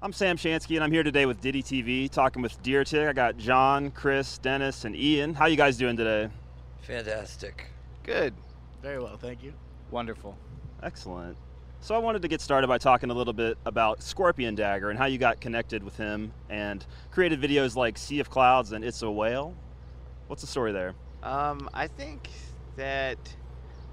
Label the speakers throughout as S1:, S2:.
S1: I'm Sam Shansky, and I'm here today with Diddy TV, talking with Deer Tick. I got John, Chris, Dennis, and Ian. How you guys doing today?
S2: Fantastic.
S3: Good.
S4: Very well, thank you.
S3: Wonderful.
S1: Excellent. So I wanted to get started by talking a little bit about Scorpion Dagger and how you got connected with him and created videos like Sea of Clouds and It's a Whale. What's the story there?
S3: Um, I think that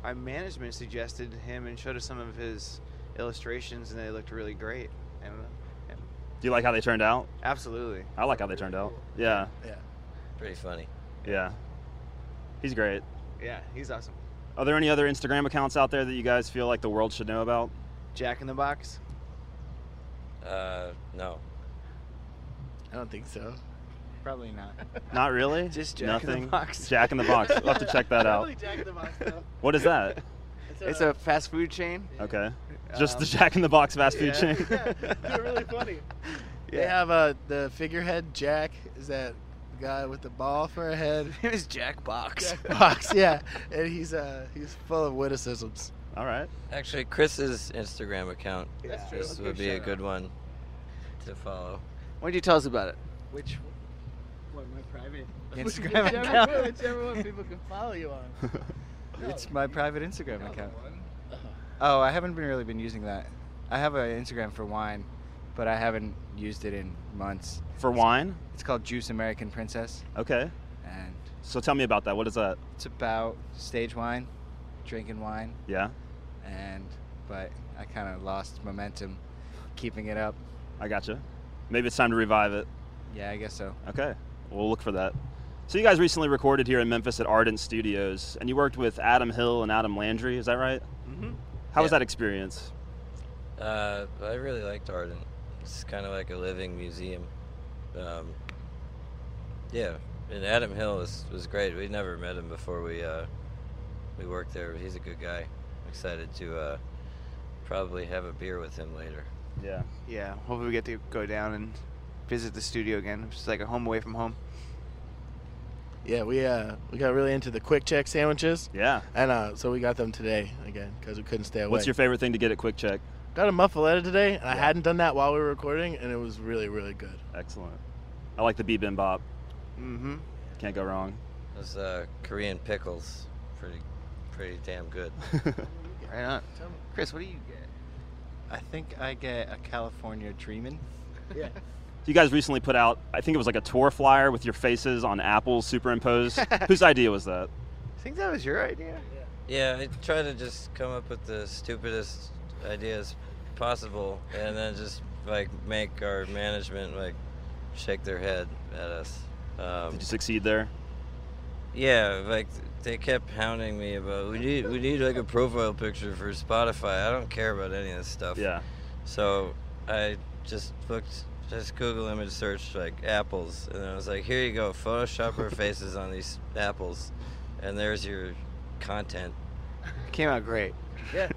S3: our management suggested him and showed us some of his illustrations, and they looked really great. And uh,
S1: Do you like how they turned out?
S3: absolutely,
S1: I like how they turned out. Yeah,
S4: Yeah.
S2: Pretty funny.
S1: yeah. He's great.
S3: yeah, he's awesome.
S1: Are there any other Instagram accounts out there that you guys feel like the world should know about?
S3: Jack in the Box.
S2: Uh, no.
S4: I don't think so.
S3: Probably not.
S1: Not really.
S3: Just Jack in the
S1: Nothing.
S3: Box.
S1: Jack in the box. We'll have to check that out.
S4: Probably Jack in the Box, though.
S1: What is that?
S3: It's a fast food chain.
S1: Okay. Uh, Just the
S3: Um,
S1: Jack in the Box fast food
S3: yeah.
S1: chain.
S4: yeah, they're really funny. They
S3: Yeah.
S4: have uh, the figurehead Jack. Is that guy with the ball for a head?
S3: It was Jack Box.
S4: Jack Box, yeah, and he's uh, he's full of witticisms.
S1: All right.
S2: Actually, Chris's Instagram account.
S4: That's true.
S2: This
S4: Okay,
S2: would be a
S4: shout
S2: good one to follow.
S3: Why don't you tell us about it?
S4: Which one? My private
S5: Instagram
S4: whichever,
S5: account.
S4: one- Whichever one people can follow you on.
S5: It's
S4: No,
S5: my
S4: you-
S5: private Instagram account.
S4: one.
S5: Oh, I haven't been really been using that. I have an Instagram for wine, but I haven't used it in months.
S1: For wine.
S5: It's called Juice American Princess,
S1: Okay.
S5: and
S1: So tell me about that. What is that?
S5: it's about stage wine, drinking wine,
S1: Yeah.
S5: and but I kind of lost momentum keeping it up.
S1: I gotcha. Maybe it's time to revive it.
S5: Yeah, I guess so.
S1: Okay. We'll look for that. So you guys recently recorded here in Memphis at Ardent Studios, and you worked with Adam Hill and Adam Landry. Is that right?
S3: Mm-hmm.
S1: How was
S2: Yeah.
S1: that experience?
S2: Uh, I really liked Arden. It's kind of like a living museum. Um, yeah, and Adam Hill was, was great. We'd never met him before we uh, we worked there. He's a good guy. Excited to uh, probably have a beer with him later.
S1: Yeah.
S3: Yeah. Hopefully we get to go down and visit the studio again. It's just like a home away from home.
S4: Yeah, we uh we got really into the quick check sandwiches,
S1: Yeah.
S4: and uh so we got them today again because we couldn't stay away.
S1: What's your favorite thing to get at Quick Check?
S4: Got a muffaletta today, and I hadn't done that while we were recording, and it was really really good.
S1: Excellent. I like the bibimbap.
S3: Mm-hmm.
S1: Can't go wrong.
S2: Those uh, Korean pickles, pretty pretty damn good.
S3: Right on. Chris, what do you get?
S5: I think I get a California Dreamin'.
S4: Yeah.
S1: You guys recently put out, I think it was like a tour flyer with your faces on apples superimposed. Whose idea was that?
S3: I think that was your idea.
S2: Yeah, I try to just come up with the stupidest ideas possible, and then just like make our management like shake their head at us. Um,
S1: Did you succeed there?
S2: yeah, like they kept hounding me about we need we need like a profile picture for Spotify. I don't care about any of this stuff.
S1: Yeah.
S2: So I just looked, just Google image search like apples, and I was like, here you go, Photoshop our faces on these apples, and there's your content.
S3: It came out great.
S4: Yeah.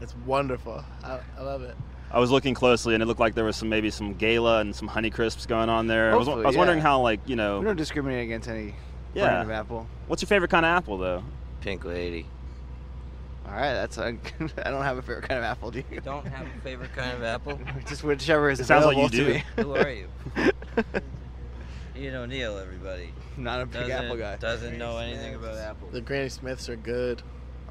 S4: That's wonderful. I, I love it.
S1: I was looking closely and it looked like there was some maybe some gala and some honey crisps going on there. I was, I
S3: Hopefully,
S1: was wondering
S3: yeah.
S1: how like, you
S3: We
S1: know,
S3: don't discriminate against any
S1: Yeah.
S3: brand of apple.
S1: what's your favorite kind of apple though?
S2: Pink lady.
S3: All right, that's I I don't have a favorite kind of apple, do you?
S2: Don't have a favorite kind of apple.
S3: Just whichever is
S1: It sounds like
S3: available
S1: you
S3: to
S1: do.
S3: me.
S2: Who are you? Ian O'Neill, everybody.
S3: Not a big
S2: Doesn't,
S3: apple guy.
S2: doesn't know anything about apples.
S4: The Granny Smiths are good.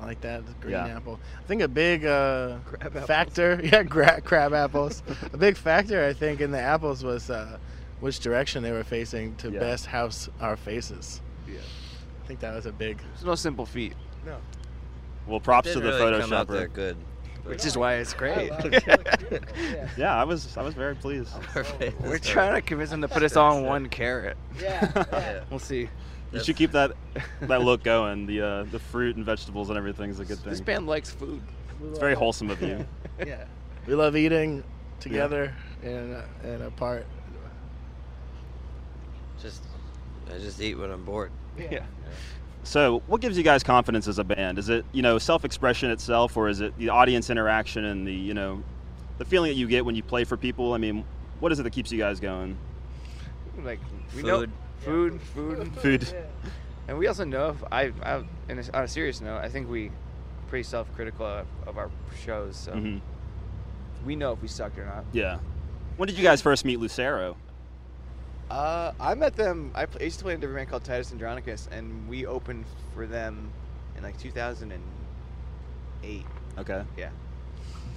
S4: I like that. The green
S1: Yeah.
S4: apple. I think a big uh,
S3: Crab apples.
S4: factor, yeah, gra- crab apples. a big factor, I think, in the apples was uh, which direction they were facing to
S1: Yeah.
S4: best house our faces.
S3: Yeah.
S4: I think that was a big.
S3: There's no simple feat.
S1: Well, props to
S2: Didn't
S1: the
S2: really come out there
S1: photoshopper.
S2: good.
S3: Which is why it's great.
S6: yeah.
S1: Yeah, I was I was very pleased.
S2: Oh, Perfect.
S3: We're trying to convince him to put us all on one carrot.
S6: Yeah. yeah.
S2: Yeah.
S3: We'll see.
S1: You should keep that that look going. The uh, the fruit and vegetables and everything is a good
S3: This
S1: thing.
S3: band likes food.
S1: It's very wholesome of you.
S6: Yeah.
S4: We love eating together and uh, and apart.
S2: Just, I just eat when I'm bored.
S3: Yeah.
S1: So, what gives you guys confidence as a band? Is it you know self-expression itself, or is it the audience interaction and the you know the feeling that you get when you play for people? I mean, what is it that keeps you guys going?
S3: Like we know
S2: Food.
S3: food, food,
S1: Food.
S3: and we also know. If I, I in a, on a serious note, I think we pretty self-critical of, of our shows. So
S1: hmm
S3: we know if we suck or not.
S1: Yeah. When did you guys first meet Lucero?
S3: Uh, I met them. I, pl- I used to play in a different band called Titus Andronicus, and we opened for them in like 2008.
S1: Okay.
S3: Yeah.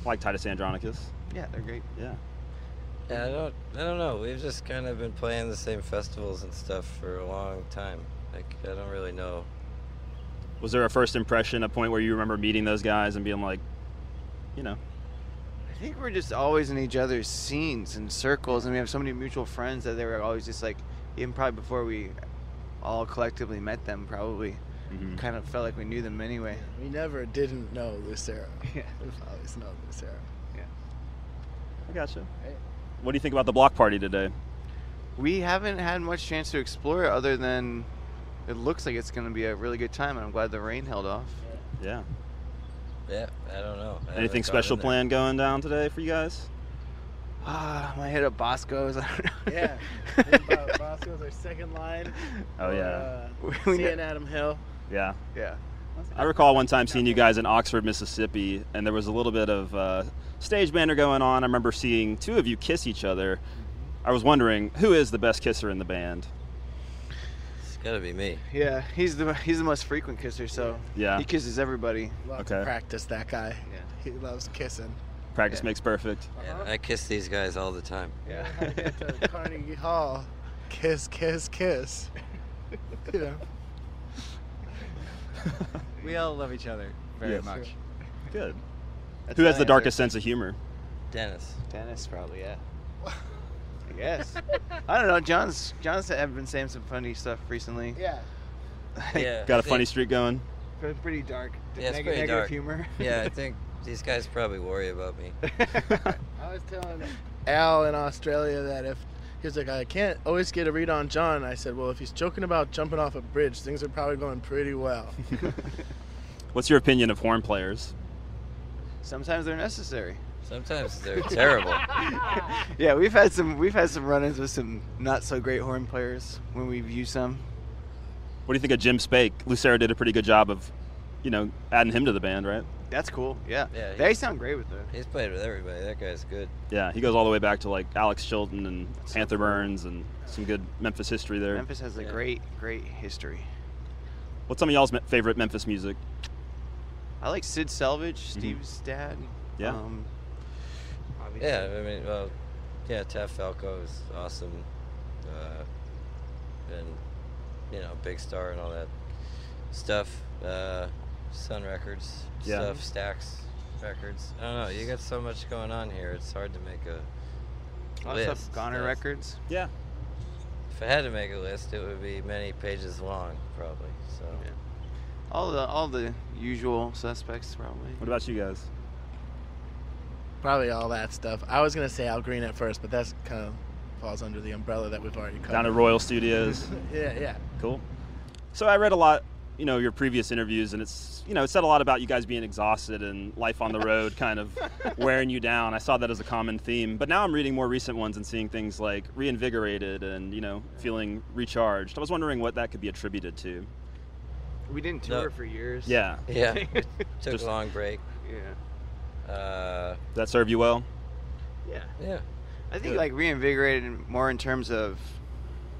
S1: Like Titus Andronicus.
S3: Yeah, they're great.
S1: Yeah.
S2: Yeah, I don't, I don't know. We've just kind of been playing the same festivals and stuff for a long time. Like, I don't really know.
S1: Was there a first impression, a point where you remember meeting those guys and being like, you know,
S3: I think we're just always in each other's scenes and circles, and we have so many mutual friends that they were always just like, even probably before we all collectively met them, probably
S1: mhm.
S3: kind of felt like we knew them anyway.
S4: We never didn't know Lucero.
S3: Yeah.
S4: We've always known Lucero.
S1: I gotcha.
S6: Right.
S1: What do you think about the block party today?
S3: We haven't had much chance to explore it other than it looks like it's going to be a really good time, and I'm glad the rain held off.
S1: Yeah.
S2: Yeah, I don't know. I haven't gone
S1: Anything special
S2: in there.
S1: planned going down today for you guys?
S3: Ah, I might hit up Bosco's. I don't know.
S4: Yeah. Think about Bosco's our second line.
S1: Oh
S4: Or,
S1: yeah.
S4: Uh,
S3: We
S4: seeing
S3: know-
S4: Adam Hill.
S1: Yeah.
S3: yeah.
S1: I recall one time seeing you guys in Oxford, Mississippi, and there was a little bit of uh, stage banter going on. I remember seeing two of you kiss each other.
S3: Mm-hmm.
S1: I was wondering who is the best kisser in the band.
S2: It's gotta be me.
S3: Yeah, he's the he's the most frequent kisser, so
S1: Yeah.
S3: he kisses everybody.
S4: Love
S1: Okay.
S4: to practice that guy.
S3: Yeah.
S4: He loves kissing.
S1: Practice
S3: Yeah.
S1: makes perfect.
S3: Uh-huh.
S2: Yeah, I kiss these guys all the time.
S3: Yeah.
S4: To Carnegie Hall, kiss, kiss, kiss. you know.
S5: We all love each other very
S1: Yes.
S5: much.
S1: Good.
S3: That's
S1: Who has
S3: my
S1: the
S3: answer.
S1: darkest sense of humor?
S2: Dennis.
S3: Dennis, probably, yeah. I guess. I don't know. John's John's have been saying some funny stuff recently.
S6: Yeah.
S2: Yeah.
S1: Got
S2: I
S1: a funny
S2: think-
S1: streak going.
S3: Pre- Pretty dark.
S2: Yeah, it's
S3: Neg-
S2: pretty
S3: negative
S2: dark.
S3: humor.
S2: Yeah, I think these guys probably worry about me.
S6: I was telling
S4: Al in Australia that if he was like, I can't always get a read on John. I said, well, if he's joking about jumping off a bridge, things are probably going pretty well.
S1: What's your opinion of horn players?
S3: Sometimes they're necessary.
S2: Sometimes they're terrible.
S3: Yeah, we've had some we've had some run-ins with some not so great horn players when we've used some.
S1: What do you think of Jim Spake? Lucero did a pretty good job of, you know, adding him to the band, right?
S3: That's cool. Yeah.
S2: Yeah,
S3: they
S2: he-
S3: sound great with it.
S2: He's played with everybody. That guy's good.
S1: Yeah, he goes all the way back to like Alex Chilton and Panther Burns and some good Memphis history there.
S3: Memphis has a
S2: Yeah.
S3: great great history.
S1: What's some of y'all's me- favorite Memphis music?
S3: I like Sid Salvage, Steve's dad.
S1: Mm-hmm. Yeah.
S3: Um, obviously.
S2: Yeah, I mean, well, yeah, Taf Falco is awesome, uh, and you know, Big Star and all that stuff. Uh, Sun Records
S1: Yeah.
S2: stuff, Stacks Records. I don't know. You got so much going on here. It's hard to make a.
S1: Oh,
S3: Also,
S2: list.
S3: Goner
S2: That's-
S3: Records.
S1: Yeah.
S2: If I had to make a list, it would be many pages long, probably. So
S3: Yeah. All the all the usual suspects probably.
S1: What about you guys?
S4: probably all that stuff. I was going to say Al Green at first, but that's kind of falls under the umbrella that we've already covered.
S1: Down at Royal Studios.
S4: yeah, yeah.
S1: Cool. So I read a lot, you know, your previous interviews, and it's, you know, it said a lot about you guys being exhausted and life on the road kind of wearing you down. I saw that as a common theme. But now I'm reading more recent ones and seeing things like reinvigorated and, you know, feeling recharged. I was wondering what that could be attributed to.
S3: We didn't
S2: No.
S3: tour for years.
S1: Yeah.
S2: yeah,
S3: yeah.
S2: took
S1: Just-
S2: a long break. Uh,
S1: Does that serve you well?
S3: Yeah.
S2: yeah,
S3: I think like reinvigorated more in terms of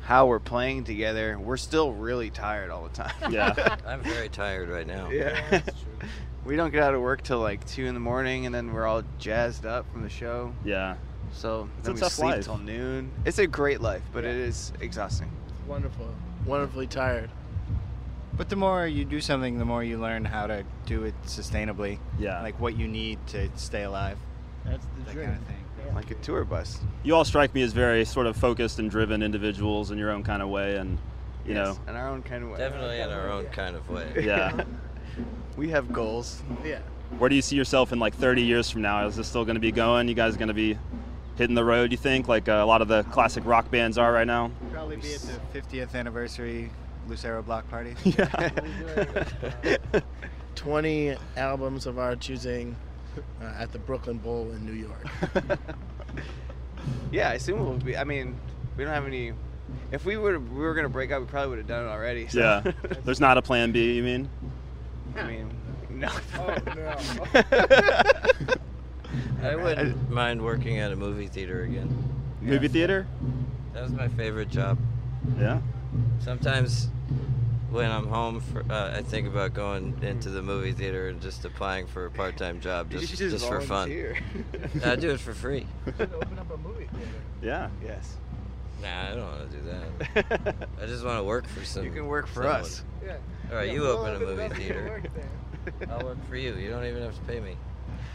S3: how we're playing together. We're still really tired all the time.
S1: Yeah.
S2: I'm very tired right now.
S3: yeah. we don't get out of work till like two in the morning, and then we're all jazzed up from the show.
S1: yeah.
S3: So
S1: It's
S3: then
S1: a
S3: we
S1: tough
S3: sleep
S1: life.
S3: till noon. It's a great life, but it is exhausting.
S4: Wonderful. Wonderfully tired.
S5: But the more you do something, the more you learn how to do it sustainably.
S1: Yeah.
S5: Like what you need to stay alive.
S6: That's the
S5: That
S6: dream.
S5: kind of thing.
S3: like a tour bus.
S1: You all strike me as very sort of focused and driven individuals in your own kind of way, and you
S3: Yes,
S1: know,
S3: in our own kind of way.
S2: Definitely in our own kind of way.
S1: yeah.
S3: We have goals.
S4: Yeah.
S1: Where do you see yourself in like 30 years from now? Is this still going to be going? You guys going to be hitting the road? You think like uh, a lot of the classic rock bands are right now?
S5: Probably be at the 50th anniversary Lucero block party.
S1: Yeah.
S4: Twenty albums of our choosing uh, at the Brooklyn Bowl in New York.
S3: Yeah, I assume we'll be. I mean, we don't have any. If we were we were gonna break up, we probably would have done it already. So.
S1: yeah. There's not a plan B. You mean?
S3: I mean, no.
S6: Oh, no.
S2: I wouldn't mind working at a movie theater again.
S1: Movie theater?
S2: That was my favorite job.
S1: Yeah.
S2: Sometimes when I'm home, for, uh, I think about going into the movie theater and just applying for a part-time job
S3: You
S2: just,
S3: should
S2: just, for fun.
S3: volunteer.
S2: I do it for free.
S6: Open up a movie theater.
S1: Yeah.
S3: yes.
S2: Nah, I don't want to do that.
S3: you
S2: I just want to work for some.
S3: can work for
S2: someone.
S3: us.
S6: Yeah.
S2: All right,
S6: Yeah,
S2: you
S6: we'll
S2: open a
S6: open
S2: movie
S6: up and
S2: theater.
S6: work there.
S2: I'll work for you. You don't even have to pay me.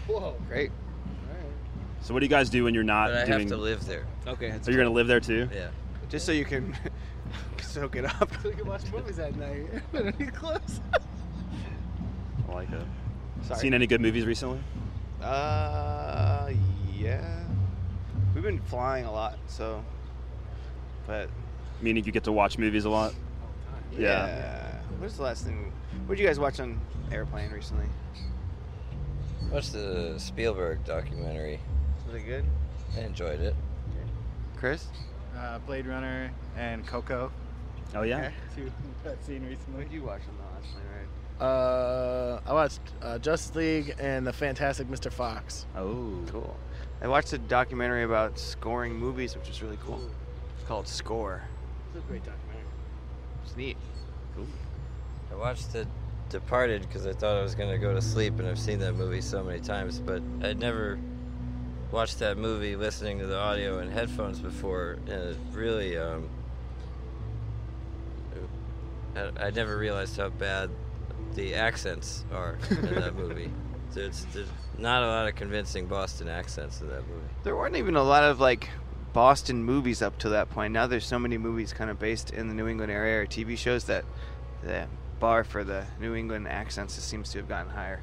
S6: Whoa.
S3: Great.
S6: All right.
S1: So what do you guys do when you're not
S2: But I
S1: doing?
S2: have to live there.
S3: Okay. That's
S1: So you're gonna live there too?
S2: Yeah.
S3: Just so you can soak it up.
S6: So we can watch movies at night. We don't need clothes.
S1: I like it.
S3: Sorry.
S1: Seen any good movies recently?
S3: Uh, yeah. We've been flying a lot, so. But
S1: Meaning you get to watch movies a lot.
S3: yeah.
S1: Yeah.
S3: What's the last thing? What did you guys watch on airplane recently?
S2: Watched the Spielberg documentary.
S3: Was it good?
S2: I enjoyed it.
S3: Chris?
S5: Uh, Blade Runner and Coco.
S1: Oh yeah.
S5: Two that scene
S3: What
S5: recently.
S3: did you watch on the last plane ride?
S4: Uh, I watched uh, Justice League and the Fantastic Mr. Fox.
S1: Oh.
S3: Cool. I watched a documentary about scoring movies, which is really cool. It's called Score.
S4: It's a great documentary.
S3: It's neat.
S2: I watched The Departed because I thought I was going to go to sleep, and I've seen that movie so many times, but I'd never watched that movie listening to the audio in headphones before, and it really, um, I, I never realized how bad the accents are in that movie. There's, there's not a lot of convincing Boston accents in that movie.
S3: There weren't even a lot of like Boston movies up to that point. Now there's so many movies kind of based in the New England area or TV shows that the bar for the New England accents seems to have gotten higher.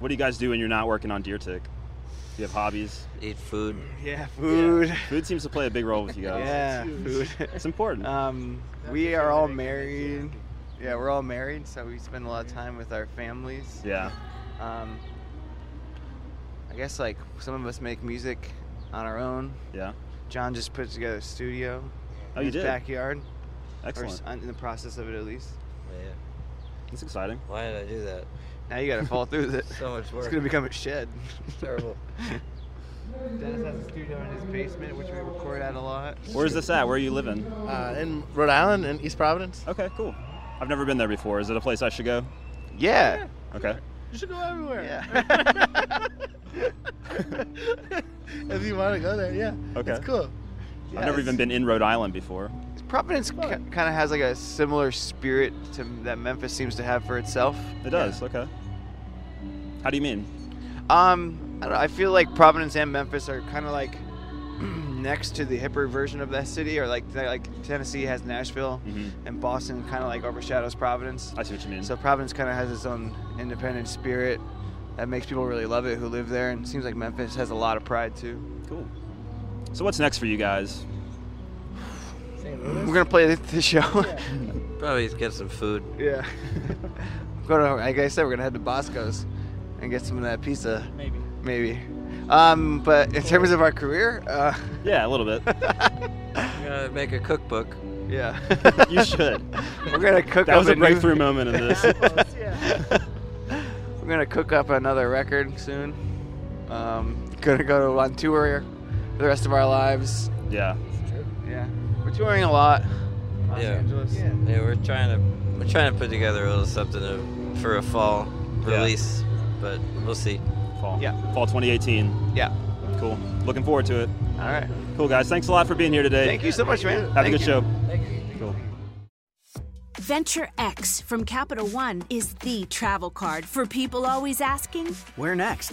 S1: What do you guys do when you're not working on Deer Tick? Do you have hobbies?
S2: Eat food.
S3: Yeah, food.
S1: Food seems to play a big role with you guys.
S3: Yeah,
S6: huge.
S3: food.
S1: It's important.
S3: Um, we are all married. Yeah, we're all married, so we spend a lot of time with our families.
S1: yeah.
S3: Um, I guess like some of us make music on our own.
S1: Yeah.
S3: John just put together a studio.
S1: Oh,
S3: in
S1: you
S3: his
S1: did.
S3: Backyard. Or
S1: Excellent.
S3: s- on- in the process of it, at least.
S2: Yeah.
S1: That's exciting.
S2: Why did I do that?
S3: Now you got to fall through with it.
S2: So much work.
S3: It's gonna become a shed.
S2: terrible.
S3: Dennis has a studio in his basement, which we record at a lot.
S1: Where's this at? Where are you living?
S4: Uh, in Rhode Island in East Providence.
S1: Okay, cool. I've never been there before. Is it a place I should go?
S3: Yeah.
S1: Okay.
S4: You should go everywhere.
S3: Yeah.
S4: if you want to go there, yeah.
S1: Okay.
S4: It's cool.
S3: Yeah,
S1: I've never
S3: it's-
S1: even been in Rhode Island before.
S3: Providence kind of has like a similar spirit to that Memphis seems to have for itself.
S1: It does. Okay. How do you mean?
S3: Um, I, don't know, I feel like Providence and Memphis are kind of like next to the hipper version of that city, or like they're like Tennessee has Nashville,
S1: Mhm.
S2: Mm-hmm.
S3: and Boston kind of like overshadows Providence.
S1: I see what you mean.
S3: So Providence kind of has its own independent spirit that makes people really love it who live there, and it seems like Memphis has a lot of pride too.
S1: cool. So what's next for you guys?
S3: We're gonna play the, the show.
S2: Probably get some food.
S3: Yeah. Go to like I said, we're gonna head to Bosco's and get some of that pizza. Maybe. Maybe. Um, but in terms of our career, uh,
S1: Yeah, a little bit.
S2: I'm gonna make a cookbook.
S3: yeah.
S1: you should.
S3: we're gonna cook
S1: That
S3: up
S1: was a breakthrough
S3: new,
S1: moment in this.
S3: We're gonna cook up another record soon. Um, gonna go on tour for the rest of our lives.
S1: yeah.
S3: Yeah. We're touring a lot. Los
S2: Yeah.
S3: Angeles. Yeah.
S2: Yeah, we're trying to we're trying to put together a little something to, for a fall
S1: Yeah.
S2: release, but we'll see.
S1: Fall.
S3: Yeah.
S1: Fall 2018.
S3: Yeah.
S1: Cool. Looking forward to it.
S3: All right.
S1: Cool guys. Thanks a lot for being here today.
S3: Thank you so much, man.
S1: Have
S3: Thank
S1: a good
S3: you.
S1: show.
S2: Thank you.
S1: Cool.
S7: Venture X from Capital One is the travel card for people always asking,
S8: Where next?